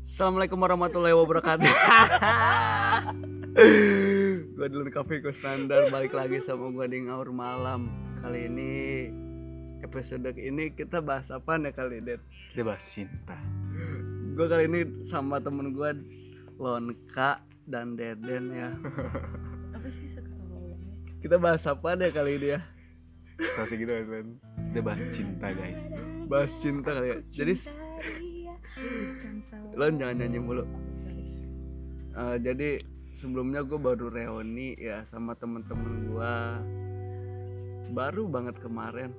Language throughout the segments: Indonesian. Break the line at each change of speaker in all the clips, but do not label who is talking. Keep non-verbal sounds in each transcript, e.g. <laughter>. Assalamualaikum warahmatullahi wabarakatuh. gue dulu kafe Kafeku standar balik lagi sama gue di ngaur malam. Kali ini episode ini kita bahas apa ya kali Det?
Kita bahas cinta.
Gue kali ini sama temen gue Lonka dan Deden ya.
apa sih Oh, suka ulangnya?
Kita bahas apa deh kali ini ya?
Selesai gitu kan. Tuan? Kita bahas cinta guys.
Bahas cinta kali ya. Jadi s-
bukan salah
Lon jangan nyanyi mulu.
sorry
Eh, jadi sebelumnya gue baru reuni ya sama temen-temen gue baru banget kemarin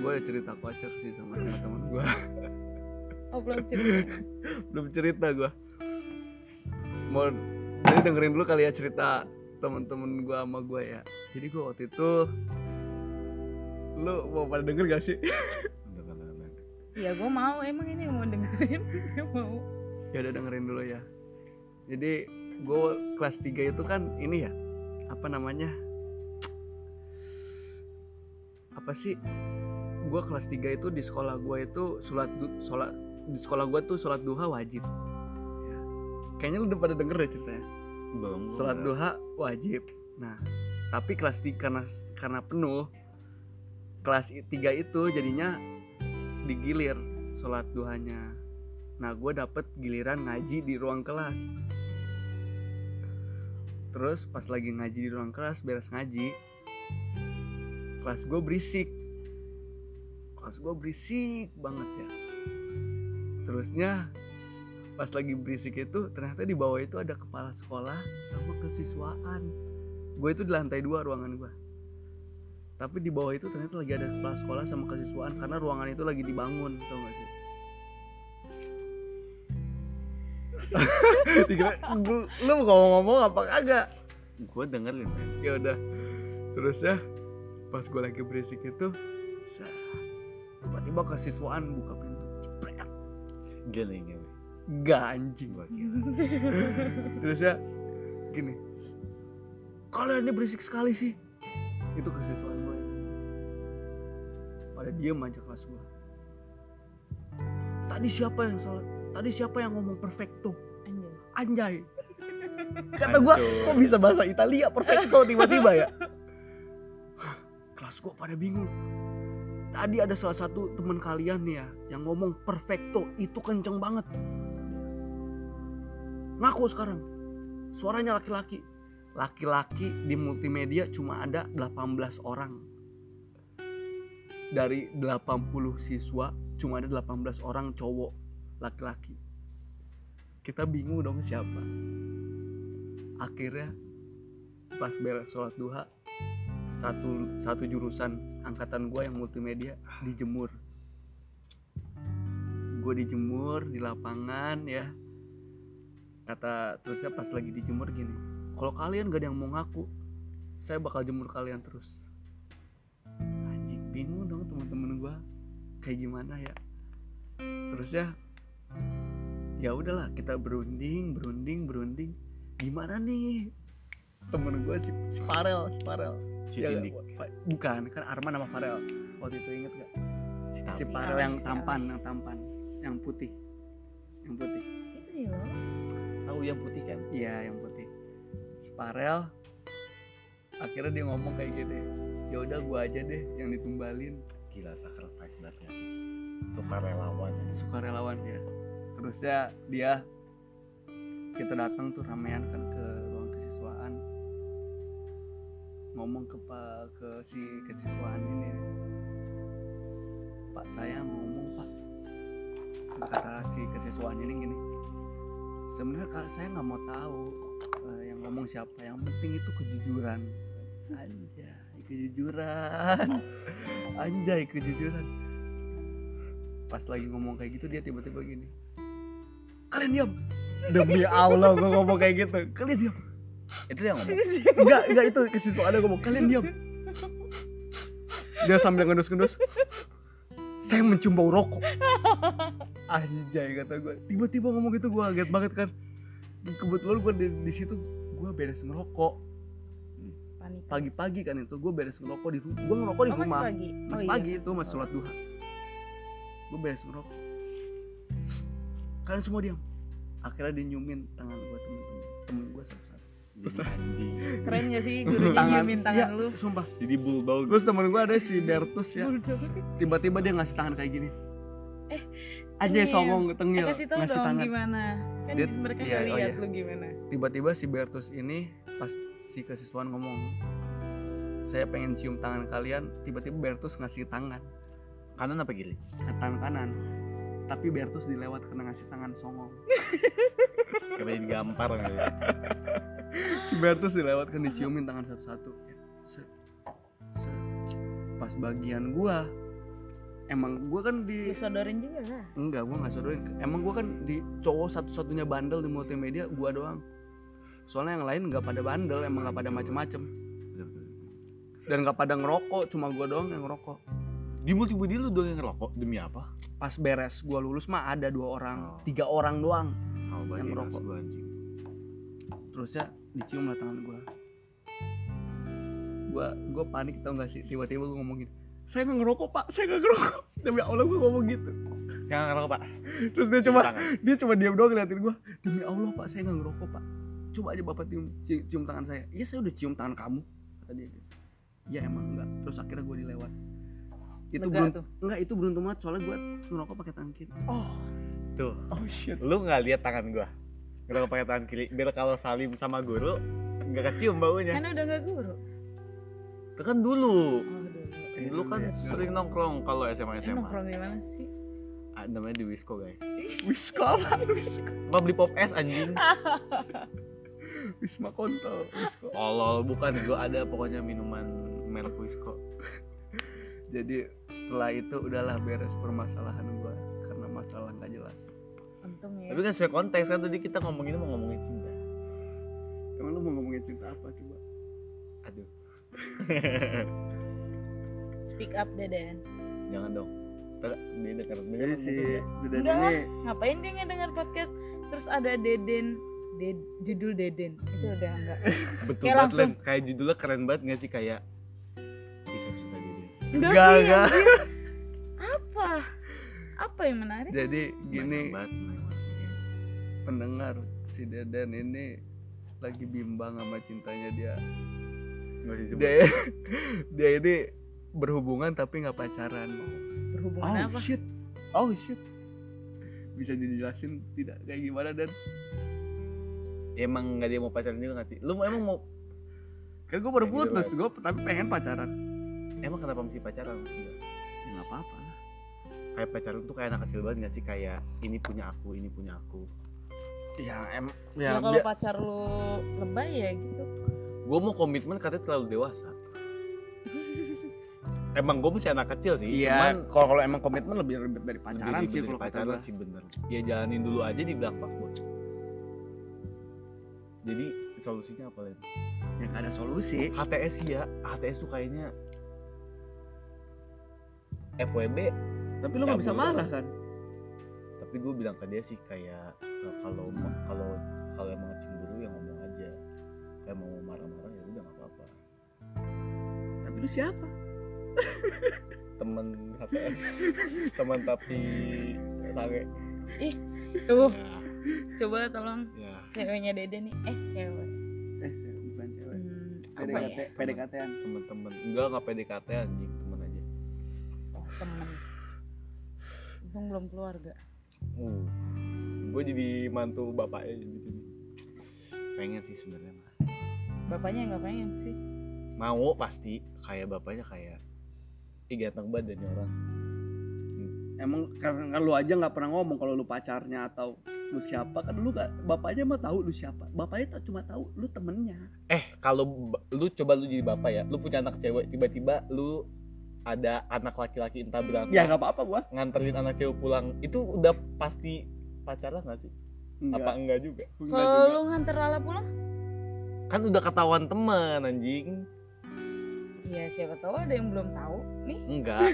gue cerita kocak sih sama temen-temen gue
oh belum cerita
<laughs> belum cerita gue mau jadi dengerin dulu kali ya cerita temen-temen gue sama gue ya jadi gue waktu itu lu mau pada denger gak sih
Bentar, bentar, bentar.
ya gue mau emang ini mau dengerin <laughs> gue mau
ya udah dengerin dulu ya jadi gue kelas 3 itu kan ini ya apa namanya apa sih gue kelas 3 itu di sekolah gue itu sholat du- sholat di sekolah gue tuh sholat duha wajib Ya. kayaknya lu udah pada denger deh ceritanya
Belum. gua
sholat
udah-
duha wajib nah tapi kelas 3 karena karena penuh kelas 3 itu jadinya digilir sholat duhanya nah gue dapet giliran ngaji di ruang kelas terus pas lagi ngaji di ruang kelas beres ngaji kelas gue berisik kelas gue berisik banget ya terusnya pas lagi berisik itu ternyata di bawah itu ada kepala sekolah sama kesiswaan gue itu di lantai dua ruangan gue tapi di bawah itu ternyata lagi ada kepala sekolah sama kesiswaan karena ruangan itu lagi dibangun tau gak sih <laughs> Dikira, "Lu- lu mau ngomong-ngomong apa kagak
Gua dengerin kan.
ya udah terus ya pas gue lagi berisik itu set, tiba-tiba kesiswaan buka pintu Jepret.
Gila ini. weh.
Gak anjing
Gua gila.
<laughs> terus ya gini kalian ini berisik sekali sih itu kesiswaan gue pada diem aja kelas gue tadi siapa yang salah tadi siapa yang ngomong perfecto
anjir
anjay kata gue
Hancur.
kok bisa bahasa Italia perfecto tiba-tiba ya Hah, <laughs> kelas gue pada bingung tadi ada salah satu teman kalian nih ya yang ngomong perfecto itu kenceng banget ngaku sekarang suaranya laki-laki laki-laki di multimedia cuma ada 18 orang dari 80 siswa cuma ada 18 orang cowok laki-laki kita bingung dong siapa akhirnya pas beres sholat duha satu satu jurusan angkatan gue yang multimedia dijemur gue dijemur di lapangan ya kata terusnya pas lagi dijemur gini kalau kalian gak ada yang mau ngaku saya bakal jemur kalian terus anjing bingung dong teman-teman gue kayak gimana ya terus ya ya udahlah kita berunding berunding berunding gimana nih temen gue si, si Farel si Farel
Si
Ya,
Tindik.
Fa- bukan kan Arman sama Farel waktu itu inget gak
Si
si
Tami.
Pak-
Farel yang
Si
tampan yang tampan yang putih yang putih
itu ya lo
Tahu yang putih kan?
Iya yang putih. Sparel akhirnya dia ngomong kayak gini. Ya udah gua aja deh yang ditumbalin
Gila sacrifice banget gak sih. Suka relawan.
sukarelawan ya. Terusnya dia kita datang tuh ramean kan ke ruang kesiswaan ngomong ke pa- ke si kesiswaan ini Pak saya ngomong Pak Terus kata si kesiswaan ini gini sebenarnya Kak, saya nggak mau tahu eh, yang ngomong siapa yang penting itu kejujuran anjay kejujuran <laughs> anjay kejujuran pas lagi ngomong kayak gitu dia tiba-tiba gini kalian diam demi Allah gue ngomong kayak gitu kalian diam
Itu dia yang ngomong.
<laughs> enggak enggak itu kesiswaannya ngomong kalian diam dia sambil ngendus-ngendus saya mencium bau rokok anjay kata gue tiba-tiba ngomong gitu gue kaget banget kan kebetulan gue di, di situ gue beres ngerokok
panik
pagi-pagi kan itu gue beres ngerokok di rumah gue ngerokok di
oh masih
rumah
pagi oh,
masih
iya.
pagi itu masih sholat duha gue beres ngerokok kalian semua diam akhirnya dia nyumin tangan gue temen-temen temen gue satu-satu
Jadi anjing.
Keren gak sih gurunya nyiumin tangan
ya,
lu?
sumpah
Jadi bulldog.
terus temen gue ada si Bertus ya
Bodoh.
tiba-tiba dia ngasih tangan kayak gini
Eh,
aja
iya.
songong
Eh,
tengil
kasih tau
Iya, ngasih
dong
tangan
gimana Kan
Dia-
mereka
iya,
gak
oh
lihat
iya.
lu gimana
tiba-tiba si Bertus ini pas si kesiswaan ngomong saya pengen cium tangan kalian tiba-tiba Bertus ngasih tangan
Kanan apa kiri?
ke tangan kanan tapi Bertus dilewat karena ngasih tangan songong
Kena digampar kali ya.
si Bertus dilewat kan diciumin tangan satu-satu Set, set. pas bagian gua emang gua kan
Lu
di
sodorin juga lah
enggak gua nggak sodorin emang gua kan di cowok satu-satunya bandel di multimedia gua doang soalnya yang lain nggak pada bandel emang nggak pada macem-macem
gitu.
dan nggak pada ngerokok cuma gua doang yang ngerokok
Di multimedia lu doang yang ngerokok demi apa?
pas beres gua lulus mah ada dua orang
Oh.
tiga orang doang
Sama
Yang
bajingan
ngerokok.
gua anjing.
terusnya dicium lah tangan gua gua gua panik tau gak sih tiba-tiba gua ngomong gini saya nggak ngerokok pak saya nggak ngerokok <laughs> demi allah gua ngomong gitu
Saya nggak ngerokok, Pak.
terus dia cuma
Tangan.
dia cuma diam doang ngeliatin gua demi allah pak saya nggak ngerokok pak coba aja bapak cium, ci- cium tangan saya iya saya udah cium tangan kamu kata dia gitu. ya emang enggak terus akhirnya gua dilewat itu
Lega
berunt-
tuh.
enggak itu beruntung banget soalnya gua ngerokok pakai tangan
<laughs>
kiri
Oh
Tuh,
oh shit
lu nggak lihat tangan gua. Ngerokok pakai tangan kiri. Biar kalau salim sama guru nggak kecium baunya.
Kan udah gak guru
Itu kan dulu.
Oh dulu
Dulu kan sering nongkrong kalau SMA
Emang
SMA.
iya. nongkrong gimana sih?
Ah, Namanya di Wisco, guys.
Wisma apa? Wisma,
Mau beli pop es
<laughs>
anjing.
Wisma kontol, Wisma.
Tolol bukan gua ada pokoknya minuman merek Wisco.
Jadi setelah itu udahlah beres permasalahan gua karena masalah nggak jelas.
Untung ya
Tapi kan sesuai konteks kan tadi kita ngomongin mau ngomongin cinta.
Emang lu mau ngomongin cinta apa coba?
Aduh,
Speak up Deden
jangan dong. Ntar dia denger denger
Iya
Jadi si
mungkin ya.
Dedan
Enggak
ini
Ngapain dia ngedenger podcast Terus ada Deden Ded, judul Deden itu udah enggak
betul
Kayak
banget
langsung.
Len. kayak judulnya keren banget gak sih kayak bisa cinta diri.
Udah
Enggak,
sih
enggak.
anjir. Apa? Apa yang menarik?
jadi gini
Banyak banget, banyak banget.
pendengar si Dedan ini lagi bimbang sama cintanya dia.
Nggak usah disebut.
Dia ya, <laughs> dia ini berhubungan tapi nggak pacaran.
Berhubungan
Oh,
apa?
shit. Oh shit. Bisa dijelasin tidak kayak gimana dan
Emang nggak dia mau pacaran juga nggak sih? Lu emang mau
kan gue baru
Kayak gitu,
putus gue tapi pengen pacaran
emang kenapa mesti pacaran maksudnya?
ya nggak apa-apa lah
Kayak pacaran tuh kayak anak kecil banget gak sih kayak ini punya aku, ini punya aku.
ya em
Ya,
ya,
kalau
dia-
pacar lu lebay ya gitu.
Gue mau komitmen katanya terlalu
<laughs>
dewasa. emang gue masih anak kecil sih, cuman
Iya, kalau kalau emang komitmen lebih ribet dari pacaran
Lebih
sih kalau
ribet dari
kata
pacaran
gua.
sih bener ya jalanin dulu aja di belakang fuckboy jadi solusinya apa Len?
Yang Ya ada solusi.
HTS sih ya HTS tuh kayaknya FWB
Tapi lu nggak bisa
Cabul.
marah kan?
tapi gue bilang ke dia sih kayak eh, kalau mau- kalau kalau emang cemburu ya ngomong aja kayak mau marah-marah ya udah nggak apa-apa
Tapi lu siapa?
temen <laughs> HTS teman tapi sange
Tuh,
ya,
coba tolong
ya.
ceweknya Dede nih. Eh, cewek.
Eh, cewek, bukan cewek.
Hmm, apa
PDKT,
ya?
PDKT-an.
temen-temen enggak nggak PDKT anjing temen aja
Oh, temen. Untung belum keluarga.
Uh, gue jadi mantu bapaknya jadi gitu nih. Pengen sih sebenarnya mah.
Bapaknya nggak pengen sih.
Mau pasti kayak bapaknya kayak Ih ganteng banget dan orang
Emang kan, kan lu aja nggak pernah ngomong kalau lu pacarnya atau lu siapa kan lu gak, bapaknya mah tahu lu siapa. Bapaknya tuh cuma tahu lu temennya.
Eh kalau ba- lu coba lu jadi bapak ya Lu punya anak cewek tiba-tiba lu ada anak laki-laki entah berangkat
Ya nggak apa-apa gua.
Nganterin anak cewek pulang Itu udah pasti pacaran gak sih? Apa
<laughs> Enggak.
enggak juga?
Enggak
Kalau
juga.
lu nganter Lala pulang?
Kan udah ketahuan temen anjing
Iya, siapa tahu ada yang belum tahu. Nih,
Hmm.
Enggak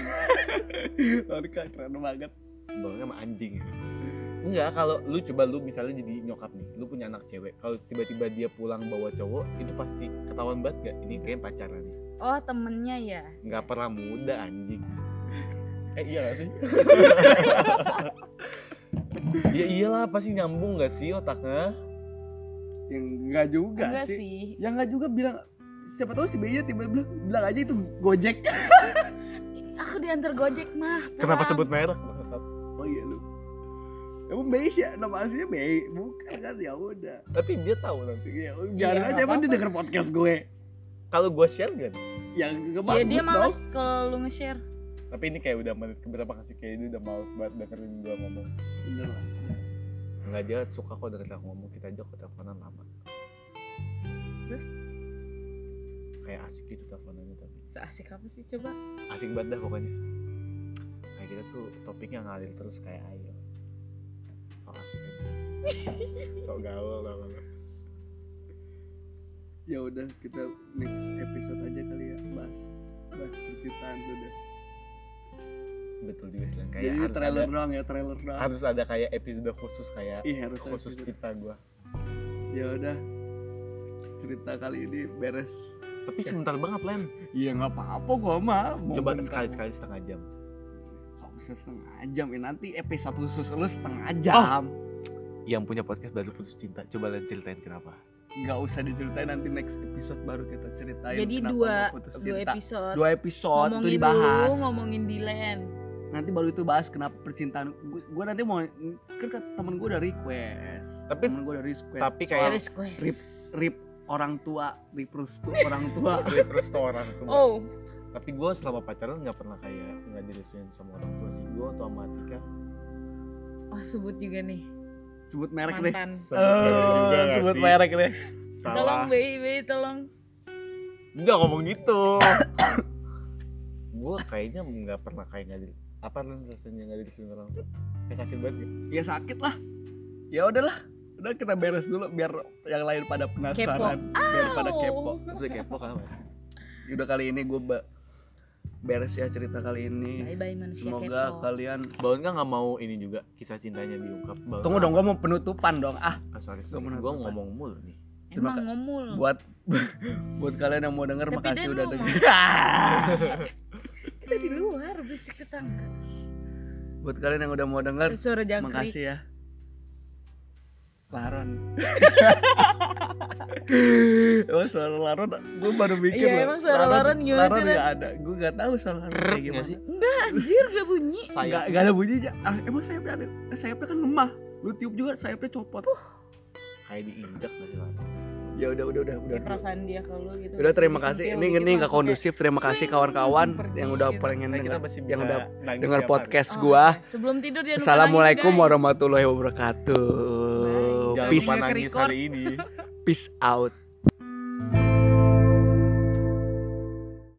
Lorca keren banget.
Bawangnya sama anjing ya. Enggak, kalau lu coba lu misalnya jadi nyokap nih, lu punya anak cewek, kalau tiba-tiba dia pulang bawa cowok, itu pasti ketahuan banget gak? Ini kayaknya pacaran nih.
oh temennya ya.
Enggak pernah muda anjing. Eh iya gak sih? <laughs> ya iyalah pasti nyambung gak sih otaknya
yang enggak Ya juga
enggak
sih.
sih
yang enggak juga bilang siapa tahu si B-nya tiba-tiba bilang, bilang aja itu gojek
aku diantar gojek mah
kenapa
terang.
sebut merek
oh iya lu emang B sih nama aslinya B bukan kan ya udah
tapi dia tahu nanti
ya, biarin
nggak
aja emang dia
apa-apa.
denger podcast gue
kalau gua share gak nih?
yang gak
Iya,
ya
bagus
dia
dong
males kalau lu nge-share
tapi ini kayak udah menit keberapa kasih kayak ini udah males banget dengerin gua ngomong
Bener lah.
Enggak dia suka kok dengerin aku ngomong kita aja kok teleponan lama
terus
kayak asik gitu teleponannya tapi
seasik apa sih coba
asik banget dah pokoknya kayak kita tuh topiknya ngalir terus kayak air so asik <laughs> aja so gaul lah Bang.
ya udah kita next episode aja kali ya bahas bahas percintaan tuh deh
betul juga sih kayak
jadi
harus
trailer
ada,
doang ya trailer doang
harus ada kayak episode khusus kayak
ih harus ada
khusus
episode.
cinta gua
ya udah cerita kali ini beres
tapi sebentar banget Len
iya nggak apa-apa gua mah Mau
coba
bentar.
sekali sekali setengah jam
Gak usah setengah jam ya nanti episode khusus lu setengah jam
yang punya podcast baru putus cinta coba Len ceritain kenapa
nggak usah diceritain nanti next episode baru kita ceritain
jadi
kenapa
dua
lu putus
dua
cinta.
episode
dua episode itu
ngomongin
dibahas
lu ngomongin Dylan
nanti baru itu bahas kenapa percintaan gue, nanti mau kan ke- temen gue udah request
Tapi-
temen gue udah request
tapi
Soal
kayak-
Paris Quest
Rip. rip orang tua rip restu orang
<laughs>
tua
terus tuh orang tuh.
oh
tapi gua selama pacaran nggak pernah kayak nggak direstuin sama orang tua sih gua atau sama Atika
oh sebut juga nih
sebut merek deh
mantan
Sebut merek juga
Eh,
nggak
sebut
sih?
merek deh
tolong
salah
Bei Bei tolong
Enggak ngomong gitu. gue kayaknya nggak pernah kayak nggak di apa lu rasanya nggak di sini orang kayak sakit banget gitu.
ya sakit lah ya udahlah udah kita beres dulu biar yang lain pada penasaran biar pada
Oh.
kepo Ya
Au.
Udah kepo kan mas.
udah kali ini gue beres ya cerita kali ini
bye bye manusia
semoga
kepo
kalian
Baun kan nggak mau ini juga kisah cintanya diungkap. Baun
tunggu dong gue mau penutupan dong ah
Ah, sorry,
Gua
sorry.
mau
Gue
nanya apa?
ngomong mulu nih.
terima
emang
ka-
ngomul
buat buat kalian yang mau denger
Tapi
makasih
dia
udah
ngomong.
denger <laughs>
kita di luar berisik ketangkap
buat kalian yang udah mau denger
suara jangkrik
makasih ya
<laughs>
Laron Emang Oh, suara Laron gue baru mikir
Iya,
loh.
emang suara Laron gimana sih,
Laron
Lan?
gak ada Gue gak tau suara Laron kayak gimana
sih?
anjir gak bunyi
Gak,
Saya
gak ada bunyinya ah, Emang sayapnya ada Sayapnya kan lemah Lu tiup juga sayapnya copot
kayak diinjak nggak sih lah.
Ya udah udah udah udah
kayak perasaan dia ke lu gitu
Udah terima kasih
Disentil
Ini
dikit
ini gak
langsung
kondusif Terima kasih
swing,
kawan-kawan
langsung pergi
Yang udah
gitu.
pengen
Nah, kita
denger
masih bisa
Yang udah
nangis
Dengar
tiap hari.
podcast
kayak-
gue
Oh, sebelum tidur jangan lupa nangis,
Assalamualaikum
guys.
warahmatullahi wabarakatuh
Jangan
Peace
lupa nangis
Nge-record.
hari ini.
peace out